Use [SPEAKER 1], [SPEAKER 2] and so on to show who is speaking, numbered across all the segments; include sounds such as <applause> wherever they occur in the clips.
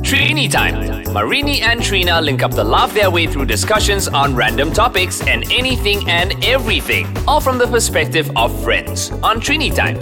[SPEAKER 1] Trini time. Marini and Trina link up the laugh their way through discussions on random topics and anything and everything, all from the perspective of friends on Trini time.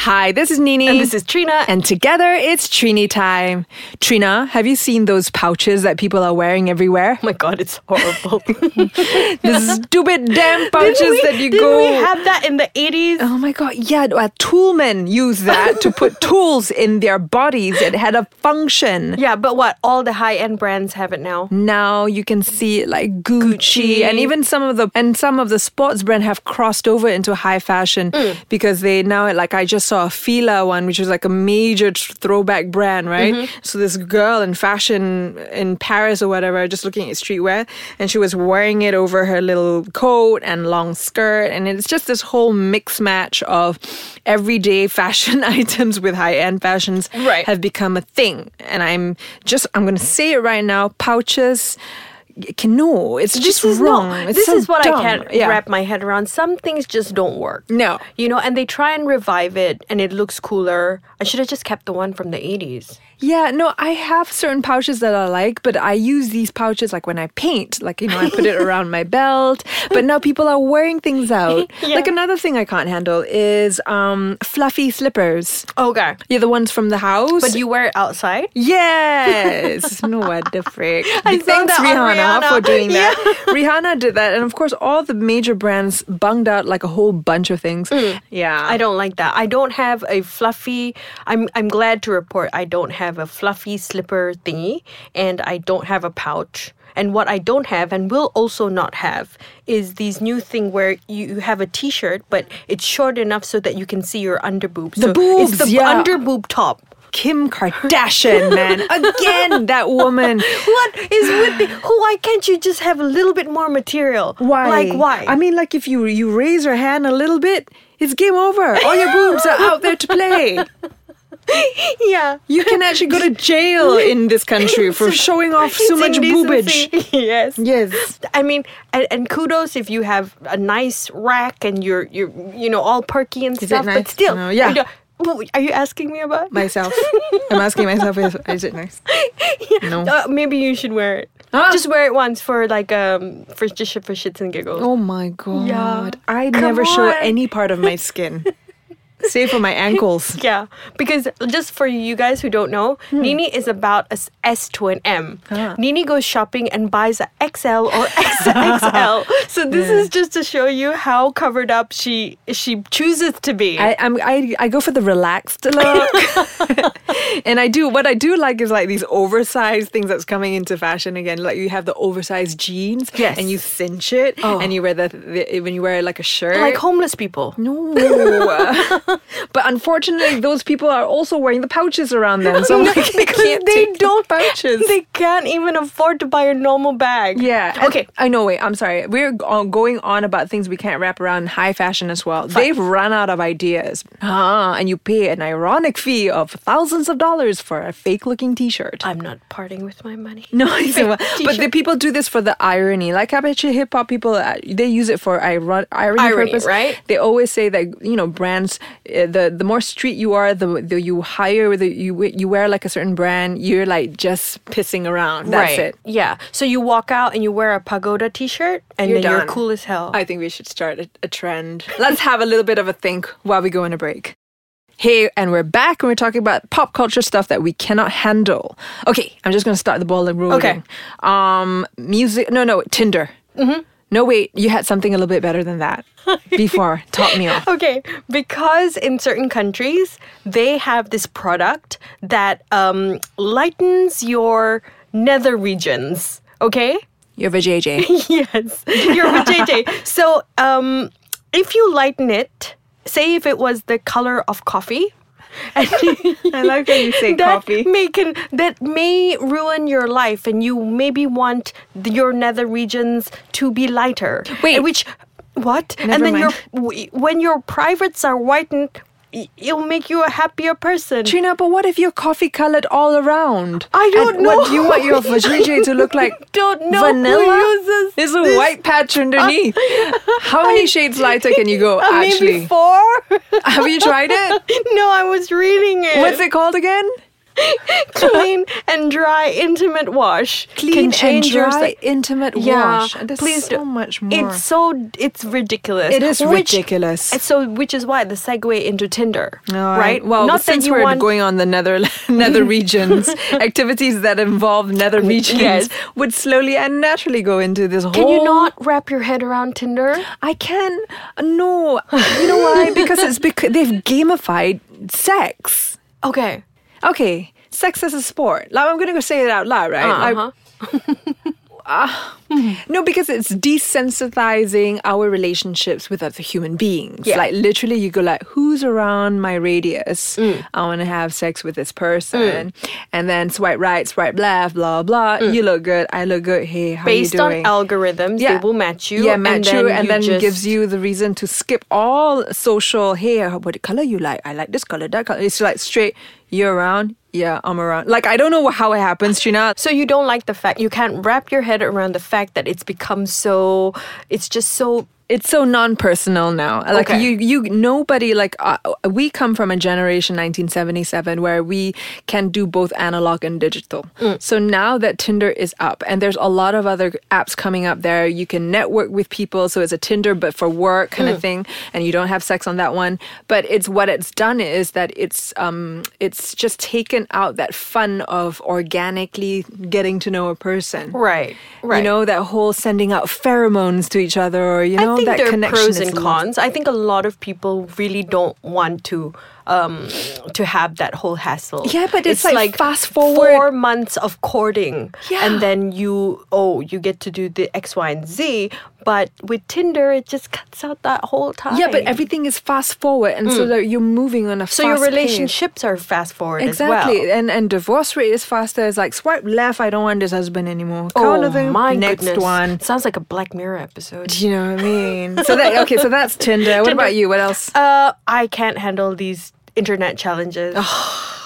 [SPEAKER 2] Hi, this is Nini.
[SPEAKER 3] And this is Trina.
[SPEAKER 2] And together it's Trini time. Trina, have you seen those pouches that people are wearing
[SPEAKER 3] <laughs>
[SPEAKER 2] everywhere? <laughs>
[SPEAKER 3] Oh my god, it's <laughs> horrible. Didn't
[SPEAKER 2] the stupid damn pouches
[SPEAKER 3] we-
[SPEAKER 2] that you
[SPEAKER 3] didn't
[SPEAKER 2] go.
[SPEAKER 3] we have that in the 80s?
[SPEAKER 2] Oh my god, yeah, uh, toolmen use that to
[SPEAKER 3] <laughs>
[SPEAKER 2] put tools in their bodies. It had a function.
[SPEAKER 3] Yeah, but what? All the high end brands have it now.
[SPEAKER 2] Now you can see like Gucci,
[SPEAKER 3] Gucci.
[SPEAKER 2] and even some of the and some of the sports brand have crossed over into high fashion because they now like I just saw a Fila one which was like a major tr- throwback brand, right? So this girl in fashion in Paris or whatever just looking at streetwear and she was wearing it over her little coat and long skirt and it's just this whole mix match of everyday <laughs> fashion items with high end fashions
[SPEAKER 3] Right.
[SPEAKER 2] have become a thing. And I'm just, I'm going to say it right now pouches. y- Can, no, it's just
[SPEAKER 3] this is
[SPEAKER 2] wrong.
[SPEAKER 3] Not,
[SPEAKER 2] It's
[SPEAKER 3] this
[SPEAKER 2] so
[SPEAKER 3] is what
[SPEAKER 2] dumb.
[SPEAKER 3] I can't
[SPEAKER 2] Yeah.
[SPEAKER 3] wrap my head around. Some things just don't work.
[SPEAKER 2] No.
[SPEAKER 3] You know, and they try and revive it and it looks cooler. I should have just kept the one from the 80s.
[SPEAKER 2] Yeah, no, I have certain pouches that I like, but I use these pouches like when I paint, like, you know, I put
[SPEAKER 3] <laughs>
[SPEAKER 2] it around my belt. But now people are wearing things out.
[SPEAKER 3] <laughs> Yeah.
[SPEAKER 2] Like another thing I can't handle is um, fluffy slippers.
[SPEAKER 3] Okay.
[SPEAKER 2] Yeah, the ones from the house.
[SPEAKER 3] But you wear it outside? <laughs>
[SPEAKER 2] Yes. no, what the frick.
[SPEAKER 3] I saw
[SPEAKER 2] Thanks,
[SPEAKER 3] that
[SPEAKER 2] Rihanna,
[SPEAKER 3] on Rihanna.
[SPEAKER 2] for doing
[SPEAKER 3] <laughs>
[SPEAKER 2] that. Rihanna did that. And of course, all the major brands bunged out like a whole bunch of things. Yeah.
[SPEAKER 3] Mm. I don't like that. I don't have a fluffy. I'm I'm glad to report I don't have a fluffy slipper thingy, and I don't have a pouch. And what I don't have, and will also not have, is these new thing where you, you have a T-shirt, but it's short enough so that you can see your under boob.
[SPEAKER 2] The
[SPEAKER 3] so
[SPEAKER 2] boobs,
[SPEAKER 3] it's the
[SPEAKER 2] yeah.
[SPEAKER 3] under boob top.
[SPEAKER 2] Kim Kardashian,
[SPEAKER 3] <laughs>
[SPEAKER 2] man. Again, that woman.
[SPEAKER 3] What is with the? who- Why can't you just have a little bit more material?
[SPEAKER 2] Why?
[SPEAKER 3] Like why?
[SPEAKER 2] I mean, like if you you raise your hand a little bit, it's game over. All your boobs are out there to play.
[SPEAKER 3] <laughs> yeah.
[SPEAKER 2] You can actually go to jail in this country for showing off so
[SPEAKER 3] It's
[SPEAKER 2] much boobage.
[SPEAKER 3] indecency. <laughs> yes.
[SPEAKER 2] Yes.
[SPEAKER 3] I mean, and, and kudos if you have a nice rack and you're you're you know all perky and
[SPEAKER 2] it
[SPEAKER 3] stuff.
[SPEAKER 2] nice?
[SPEAKER 3] But still,
[SPEAKER 2] No, yeah.
[SPEAKER 3] I don't- Well, Are you asking me about
[SPEAKER 2] myself. I'm asking myself if is it nice?
[SPEAKER 3] Yeah.
[SPEAKER 2] No.
[SPEAKER 3] Uh, maybe you should wear it.
[SPEAKER 2] Ah.
[SPEAKER 3] Just wear it once for like um for just for shits and giggles.
[SPEAKER 2] Oh my god.
[SPEAKER 3] Yeah.
[SPEAKER 2] I
[SPEAKER 3] Come
[SPEAKER 2] never show
[SPEAKER 3] on.
[SPEAKER 2] any part of my skin. Save for my ankles.
[SPEAKER 3] Yeah, because just for you guys who don't know,
[SPEAKER 2] Hmm.
[SPEAKER 3] Nini is about a s- S to an M.
[SPEAKER 2] Ah.
[SPEAKER 3] Nini goes shopping and buys a XL or
[SPEAKER 2] <laughs>
[SPEAKER 3] <laughs> XXL. so this is just to show you how covered up she she chooses to be.
[SPEAKER 2] I, I'm, I I go for the relaxed
[SPEAKER 3] <laughs>
[SPEAKER 2] look, and I do what I do like is like these oversized things that's coming into fashion again. Like you have the oversized jeans,
[SPEAKER 3] Yes. Oh.
[SPEAKER 2] and you cinch it, and you wear the, the when you wear like a shirt, <laughs>
[SPEAKER 3] like homeless people. <laughs>
[SPEAKER 2] No. but unfortunately, those people are also wearing the pouches around
[SPEAKER 3] <laughs>
[SPEAKER 2] them. So I'm
[SPEAKER 3] No,
[SPEAKER 2] like, <laughs> they
[SPEAKER 3] because
[SPEAKER 2] can't
[SPEAKER 3] they
[SPEAKER 2] take the
[SPEAKER 3] don't-
[SPEAKER 2] pouches.
[SPEAKER 3] They can't even afford to buy a normal bag.
[SPEAKER 2] yeah. and-
[SPEAKER 3] Okay.
[SPEAKER 2] I know. Wait. I'm sorry. We're g- on- going on about things we can't wrap around in high fashion as well. They've run out of ideas. Ah, and you pay an ironic fee of thousands of dollars for a fake-looking
[SPEAKER 3] <laughs>
[SPEAKER 2] T-shirt.
[SPEAKER 3] I'm not parting with my money.
[SPEAKER 2] No, I see. Well, but the
[SPEAKER 3] t-shirt.
[SPEAKER 2] people do this for the irony. Like I bet you hip hop people, uh, they use it for iron- irony,
[SPEAKER 3] Irony,
[SPEAKER 2] purpose.
[SPEAKER 3] right?
[SPEAKER 2] They always say that you know brands. Uh, the the more street you are, the the you hire, the you you wear like a certain brand. You're like just pissing around. That's
[SPEAKER 3] right.
[SPEAKER 2] it.
[SPEAKER 3] Yeah. So you walk out and you wear a pagoda t-shirt and
[SPEAKER 2] You're
[SPEAKER 3] then you're
[SPEAKER 2] done.
[SPEAKER 3] cool as hell.
[SPEAKER 2] I think we should start a, a trend. Let's have a little bit of a think while we go on a break. Hey, and we're back and we're talking about pop culture stuff that we cannot handle. Okay, I'm just going to start the ball and rolling.
[SPEAKER 3] Okay.
[SPEAKER 2] Um, music, no, no, Tinder. Mm-hmm. No, wait, you had something a little bit better than that before. Top me off.
[SPEAKER 3] Okay, because in certain countries they have this product that um, lightens your nether regions. Okay,
[SPEAKER 2] You're a JJ.
[SPEAKER 3] <laughs> yes, you're with JJ. So um, if you lighten it, say if it was the color of coffee. <laughs> And
[SPEAKER 2] I like how you say
[SPEAKER 3] that may can, that may ruin your life, and you maybe want the, your nether regions to be lighter.
[SPEAKER 2] Wait.
[SPEAKER 3] And which what?
[SPEAKER 2] Never
[SPEAKER 3] and then your
[SPEAKER 2] mind.
[SPEAKER 3] w- when your privates are whitened, i- it'll make you a happier person.
[SPEAKER 2] Trina, but what if you're coffee colored all around?
[SPEAKER 3] I don't
[SPEAKER 2] And What do you
[SPEAKER 3] know. <laughs>
[SPEAKER 2] want your vajayjay to look like?
[SPEAKER 3] Don't know who
[SPEAKER 2] Vanilla.
[SPEAKER 3] uses
[SPEAKER 2] There's a
[SPEAKER 3] this.
[SPEAKER 2] white patch underneath.
[SPEAKER 3] <laughs>
[SPEAKER 2] How many shades lighter can you go?
[SPEAKER 3] Uh,
[SPEAKER 2] actually,
[SPEAKER 3] <laughs> maybe four.
[SPEAKER 2] have
[SPEAKER 3] <laughs>
[SPEAKER 2] you tried it?
[SPEAKER 3] no, I was reading it.
[SPEAKER 2] What's it called again?
[SPEAKER 3] clean and and dry intimate wash.
[SPEAKER 2] Clean
[SPEAKER 3] Can
[SPEAKER 2] and
[SPEAKER 3] change your
[SPEAKER 2] dry
[SPEAKER 3] se-
[SPEAKER 2] intimate
[SPEAKER 3] yeah,
[SPEAKER 2] wash. There's
[SPEAKER 3] please
[SPEAKER 2] so
[SPEAKER 3] do-
[SPEAKER 2] much more.
[SPEAKER 3] It's so it's ridiculous.
[SPEAKER 2] It is
[SPEAKER 3] Which-
[SPEAKER 2] ridiculous.
[SPEAKER 3] and So which is why the segue into Tinder,
[SPEAKER 2] No, I-
[SPEAKER 3] right?
[SPEAKER 2] well,
[SPEAKER 3] not
[SPEAKER 2] since
[SPEAKER 3] that you
[SPEAKER 2] we're
[SPEAKER 3] want,
[SPEAKER 2] going on the nether <laughs>
[SPEAKER 3] <laughs>
[SPEAKER 2] nether regions, activities that involve nether regions
[SPEAKER 3] Yes.
[SPEAKER 2] would slowly and naturally go into this whole.
[SPEAKER 3] Can you not wrap your head around Tinder?
[SPEAKER 2] I can. No, you know
[SPEAKER 3] <laughs>
[SPEAKER 2] why? Because it's because they've gamified sex.
[SPEAKER 3] Okay.
[SPEAKER 2] Okay, sex as a sport. Like I'm going to go say it out loud, right? Like,
[SPEAKER 3] Uh-huh.
[SPEAKER 2] No, because it's desensitizing our relationships with other human beings.
[SPEAKER 3] Yeah.
[SPEAKER 2] Like literally you go like, who's around my radius?
[SPEAKER 3] Mm.
[SPEAKER 2] I wanna have sex with this person. And then swipe right, swipe left, blah blah. You look good, I look good. Hey, how
[SPEAKER 3] Mm. Based
[SPEAKER 2] you
[SPEAKER 3] on
[SPEAKER 2] doing?
[SPEAKER 3] algorithms,
[SPEAKER 2] Yeah.
[SPEAKER 3] they will match you.
[SPEAKER 2] Yeah, match you, and then
[SPEAKER 3] just-
[SPEAKER 2] gives you the reason to skip all social. Hey, uh, what color you like? I like this color, that color. It's like straight. You're around. Yeah, I'm around. Like I don't know how it happens, Trina.
[SPEAKER 3] So you don't like the fact you can't wrap your head around the fact that it's become so. It's just so.
[SPEAKER 2] it's so non-personal now like
[SPEAKER 3] Okay.
[SPEAKER 2] you you nobody like uh, we come from a generation 1977 where we can do both analog and digital so now that tinder is up and there's a lot of other apps coming up there you can network with people so it's a tinder but for work kind of thing and you don't have sex on that one but it's what it's done is that it's um it's just taken out that fun of organically getting to know a person
[SPEAKER 3] Right. Right.
[SPEAKER 2] you know that whole sending out pheromones to each other or you know
[SPEAKER 3] I think
[SPEAKER 2] that
[SPEAKER 3] there are
[SPEAKER 2] connection
[SPEAKER 3] pros
[SPEAKER 2] is
[SPEAKER 3] and
[SPEAKER 2] lost.
[SPEAKER 3] cons. I think a lot of people really don't want to um, to have that whole hassle.
[SPEAKER 2] Yeah, but it's like fast forward-
[SPEAKER 3] four months of courting,
[SPEAKER 2] Yeah.
[SPEAKER 3] and then you oh you get to do the X, Y, and Z. But with Tinder, it just cuts out that whole time.
[SPEAKER 2] yeah but everything is fast forward and so that you're moving on a
[SPEAKER 3] Mm. so
[SPEAKER 2] fast
[SPEAKER 3] your
[SPEAKER 2] pace.
[SPEAKER 3] relationships are fast forward
[SPEAKER 2] exactly
[SPEAKER 3] as well.
[SPEAKER 2] and and divorce rate is faster it's like swipe left i don't want this husband anymore Call
[SPEAKER 3] Oh
[SPEAKER 2] the
[SPEAKER 3] my
[SPEAKER 2] next
[SPEAKER 3] goodness!
[SPEAKER 2] one
[SPEAKER 3] Sounds like a Black Mirror episode.
[SPEAKER 2] do you know what i mean so that okay so that's tinder what
[SPEAKER 3] Tinder.
[SPEAKER 2] about you what else
[SPEAKER 3] Uh, I can't handle these internet challenges.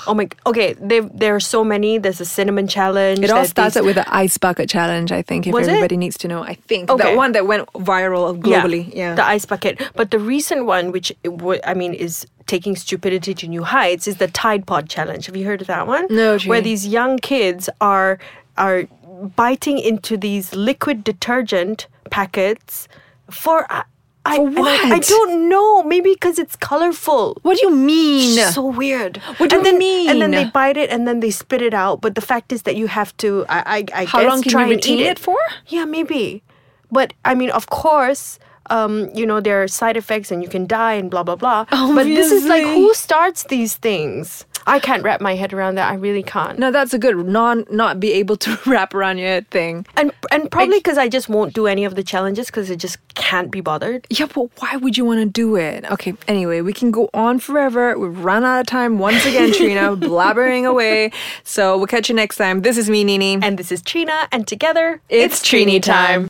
[SPEAKER 3] oh my. Okay, they there are so many. There's a cinnamon challenge.
[SPEAKER 2] it all
[SPEAKER 3] there's these-
[SPEAKER 2] started with the ice bucket challenge, I think, if
[SPEAKER 3] Was it?
[SPEAKER 2] everybody needs to know. I think. That
[SPEAKER 3] Okay.
[SPEAKER 2] one that went viral globally. Yeah.
[SPEAKER 3] the ice bucket. But the recent one, which it wa- I mean, is taking stupidity to new heights, is the Tide Pod challenge. Have you heard of that one?
[SPEAKER 2] No, Jay.
[SPEAKER 3] Where these young kids are are biting into these liquid detergent packets for. I, I,
[SPEAKER 2] For
[SPEAKER 3] and I- I
[SPEAKER 2] what?
[SPEAKER 3] don't know. Maybe because it's colorful.
[SPEAKER 2] what do you mean?
[SPEAKER 3] So weird.
[SPEAKER 2] What do
[SPEAKER 3] and
[SPEAKER 2] you
[SPEAKER 3] then,
[SPEAKER 2] mean?
[SPEAKER 3] And then they bite it and then they spit it out. But the fact is that you have to. I I, I
[SPEAKER 2] How
[SPEAKER 3] guess
[SPEAKER 2] long can
[SPEAKER 3] try
[SPEAKER 2] you
[SPEAKER 3] and
[SPEAKER 2] retain
[SPEAKER 3] eat
[SPEAKER 2] it for?
[SPEAKER 3] Yeah, maybe. But I mean, of course. Um, you know there are side effects and you can die and blah blah blah. But this is like
[SPEAKER 2] Obviously.
[SPEAKER 3] who starts these things? I can't wrap my head around that. I really can't.
[SPEAKER 2] No, that's a good non not be able to <laughs> wrap around your head thing.
[SPEAKER 3] And and probably because I just won't do any of the challenges because I just can't be bothered.
[SPEAKER 2] Yeah, but why would you want to do it? Okay, anyway, we can go on forever. We've run out of time once again, Trina, blabbering away. So we'll catch you next time. This is me, Nini.
[SPEAKER 3] And this is Trina, and together
[SPEAKER 2] It's Trini time.